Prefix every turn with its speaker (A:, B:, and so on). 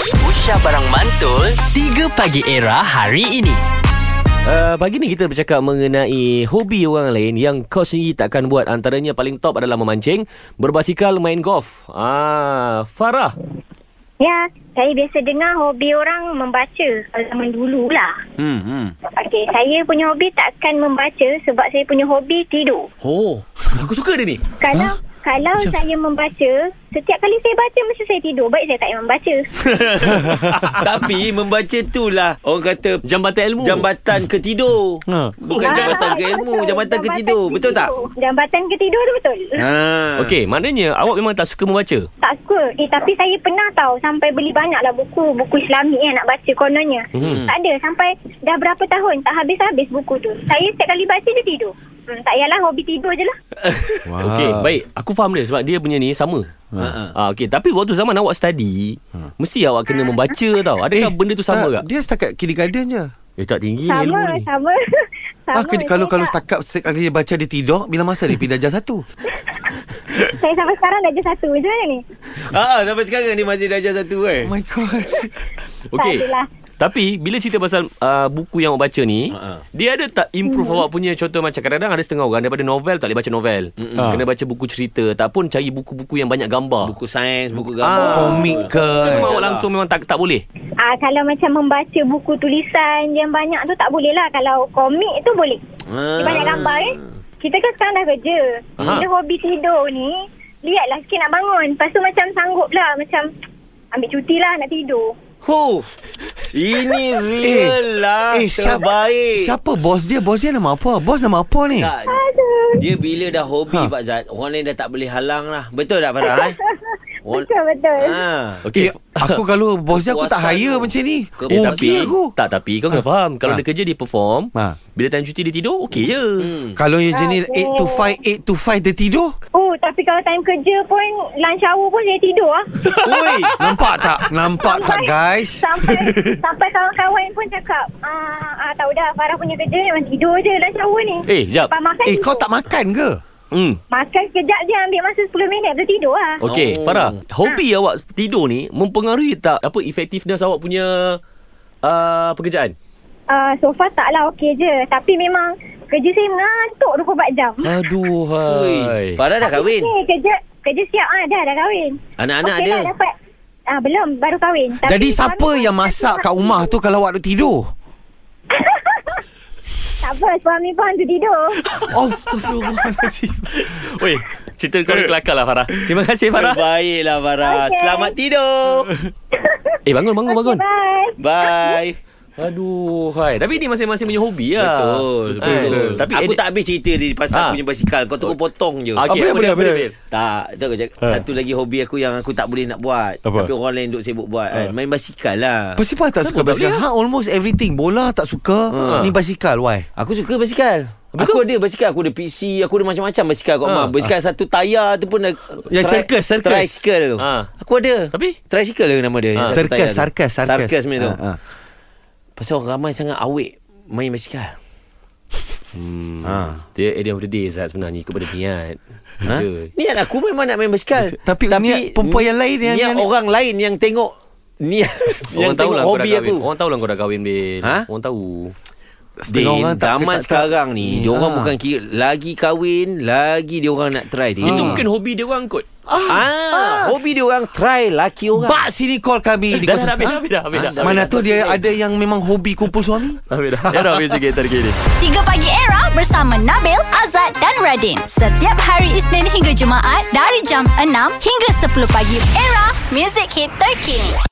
A: Aisyah Barang Mantul 3 Pagi Era hari ini
B: Uh, pagi ni kita bercakap mengenai hobi orang lain yang kau sendiri takkan buat. Antaranya paling top adalah memancing, berbasikal, main golf. Ah, Farah.
C: Ya, saya biasa dengar hobi orang membaca kalau zaman dulu lah.
B: Hmm, hmm.
C: Okey, saya punya hobi takkan membaca sebab saya punya hobi tidur.
B: Oh, aku suka dia ni.
C: Kalau kalau saya membaca, setiap kali saya baca mesti saya tidur. Baik saya tak payah membaca.
D: Tapi membaca tu lah Orang kata
B: Jambatan ilmu.
D: Jambatan ke tidur Bukan
C: Ah,
D: jambatan ke
C: betul.
D: ilmu Jambatan ke tidur
C: ke
D: Betul tak?
C: tidur. Jambatan ke tidur tu betul.
D: Ha.
B: Okey, maknanya awak memang tak suka membaca.
C: Tak suka. Eh, tapi saya pernah tau sampai beli banyaklah buku. Buku Islami kan nak baca kononnya.
B: Hmm.
C: Tak ada. Sampai dah berapa tahun tak habis-habis buku tu. Saya setiap kali baca dia tidur. Hmm, tak payahlah hobi tidur je lah.
B: Wow. Okey, baik. Aku faham dia sebab dia punya ni sama.
D: Ha.
B: Ah, okey, tapi waktu zaman awak study, mesti awak kena membaca tau. Adakah eh, benda tu sama tak,
E: tak,
B: tak?
E: Dia setakat kindergarten je.
B: Eh, tak tinggi ni ilmu
C: Sama,
B: dia ni.
C: sama. sama.
E: ah, kini, kalau
C: Saya
E: kalau
C: tak-
E: setakat setakat dia baca dia tidur, bila masa dia pindah darjah satu?
C: Saya sampai sekarang darjah satu je lah ni.
D: Ha, sampai sekarang ni masih darjah satu eh.
E: my god.
B: Okey.
C: Tak adalah.
B: Tapi bila cerita pasal uh, buku yang awak baca ni,
D: Ha, ha.
B: dia ada tak improve
C: Hmm.
B: awak punya contoh macam kadang-kadang ada setengah orang daripada novel tak boleh baca novel. Ha.
E: Ah.
B: Kena baca buku cerita tak pun cari buku-buku yang banyak gambar. Buku
D: Buku sains, buku
B: Ah.
D: gambar.
E: Komik ke?
B: memang
D: betul
B: awak
D: lah.
B: langsung memang tak tak boleh.
C: Ah, kalau macam membaca buku tulisan yang banyak tu tak boleh lah. Kalau komik tu boleh.
D: Ha.
C: Dia
E: Ah.
C: banyak gambar eh. Kita kan sekarang dah kerja.
B: Aha.
C: Bila hobi tidur ni, lihatlah sikit nak bangun. Lepas tu macam sanggup lah. Macam ambil cuti lah nak tidur.
D: Huh. Ini real lah eh, terbaik.
E: Siapa bos dia? Bos dia nama apa? Bos nama apa ni?
D: Tak. Dia bila dah hobi ha.
E: Ha.
D: Pak Zat, orang lain dah tak boleh halang lah. Betul tak Farah eh? Orang-
C: Betul-betul.
D: Ha.
B: Okey.
E: Okay. Eh, aku kalau bos dia aku tak
D: Kepuasan
E: hire
D: tu.
E: macam ni.
D: Kepuasan.
B: Eh,
E: Oh,
B: tapi
E: okay aku.
B: tak tapi kau kena faham kalau
E: Ah.
B: dia kerja dia perform,
E: Ha.
B: bila time cuti dia tidur okey je.
D: Hmm.
E: Kalau yang jenis
C: Aduh.
E: 8 to 5, 8 to 5 dia tidur.
C: Oh, tapi kalau time kerja pun, lunch hour pun saya tidur lah.
E: Oi, nampak tak? Nampak tak guys?
C: Sampai sampai kawan-kawan pun cakap, ah, ah tahu dah Farah punya kerja memang tidur je lunch hour ni.
B: Eh, jap.
C: Lepas makan
E: Eh,
C: tidur.
E: kau tak makan ke?
B: Hmm.
C: Makan sekejap je ambil masa 10 minit Lepas tu tidur lah oh.
B: Okey,
D: Oh.
B: Farah, hobi awak tidur ni mempengaruhi tak apa effectiveness awak punya uh, pekerjaan?
C: uh, So far tak lah okey je Tapi memang Kerja saya mengantuk 24 jam
B: Aduh.
D: Ui,
B: hai.
D: Farah dah kahwin.
C: Ni kerja Kerja siap ah Dah dah kahwin
D: Anak-anak
C: Okey
D: ada.
C: lah dapat Ah belum baru kahwin. Tapi
E: Jadi siapa
C: suami-
E: yang masak kat rumah tu kalau awak duk tidur?
C: Tak apa suami pun tu tidur.
E: Oh, Astagfirullahalazim.
B: Weh, cerita
D: Eh.
B: kau ni kelakar lah Farah. Terima kasih Farah.
D: Terbaiklah Farah.
C: Okey.
D: Selamat tidur.
B: Eh bangun bangun bangun.
C: Bye.
D: Bye.
B: Aduh, hai. Tapi ni masing-masing punya hobi lah.
D: Betul, betul,
B: Hai.
D: betul.
B: Tapi
D: aku
B: edit-
D: tak habis cerita dia pasal
B: Ah.
D: aku punya basikal. Kau tolong potong je.
B: Okey,
E: Apa
B: apa
E: dia, apa
B: dia,
E: dia,
B: apa
E: apa
B: dia?
E: dia? Ha.
B: Bil?
D: Tak, tahu cakap. Satu lagi hobi aku yang aku tak boleh nak buat.
E: Apa? Ha.
D: Tapi orang lain duk sibuk buat kan. Main basikal lah.
E: Pasipah tak suka
B: tak
E: basikal.
B: boleh,
E: Ha almost everything. Bola tak suka.
D: Ha.
E: Ni basikal why?
D: Aku suka basikal. Aku ada basikal, aku ada PC, aku ada macam-macam basikal kat
B: Ha.
D: rumah. Basikal satu tayar tu pun ada
E: Yang circle, circle.
D: Tricycle tu.
B: Ha.
D: Aku ada.
B: Tapi? Ha.
D: tricycle ke nama dia. yang satu
E: Sarkas,
D: tayar Ah, tu.
E: sarkas, sarkas.
D: Sarkas punya tu.
E: Ha, ha.
D: Pasal orang ramai sangat awek main basikal.
B: Hmm, Dia at the end of the day Zat sebenarnya ikut pada niat.
D: Ha?
B: Ha?
D: Niat aku memang nak main basikal.
E: Tapi niat perempuan yang lain yang-
D: niat
E: yang-
D: orang lain yang tengok niat
B: Orang
D: yang
B: tahu
D: tengok
B: lah kau dah
D: hobi
B: kahwin.
D: aku.
B: Orang tahu lah kau dah kahwin, Bil.
D: Ha?
B: Orang tahu.
D: Din,
E: Setengah orang tak
D: zaman
E: tak-
D: sekarang ni,
E: Hmm,
D: dia orang
E: ah.
D: bukan kira lagi kahwin, lagi dia orang nak try dia.
B: Itu mungkin hobi dia orang kot.
D: ah, hobi dia orang try laki orang.
E: Bak sini call kami di
B: Dah, dah,
E: kosong-
B: habis,
E: Ha?
B: habis dah, habis dah, habis dah.
E: Mana tu dia ada yang memang hobi kumpul suami?
B: Habis dah. Ya dah habis sikit terkini.
F: 3 Pagi Era bersama Nabil, Azad dan Radin. Setiap hari Isnin hingga Jumaat dari jam 6 hingga 10 pagi. Era, music hit terkini.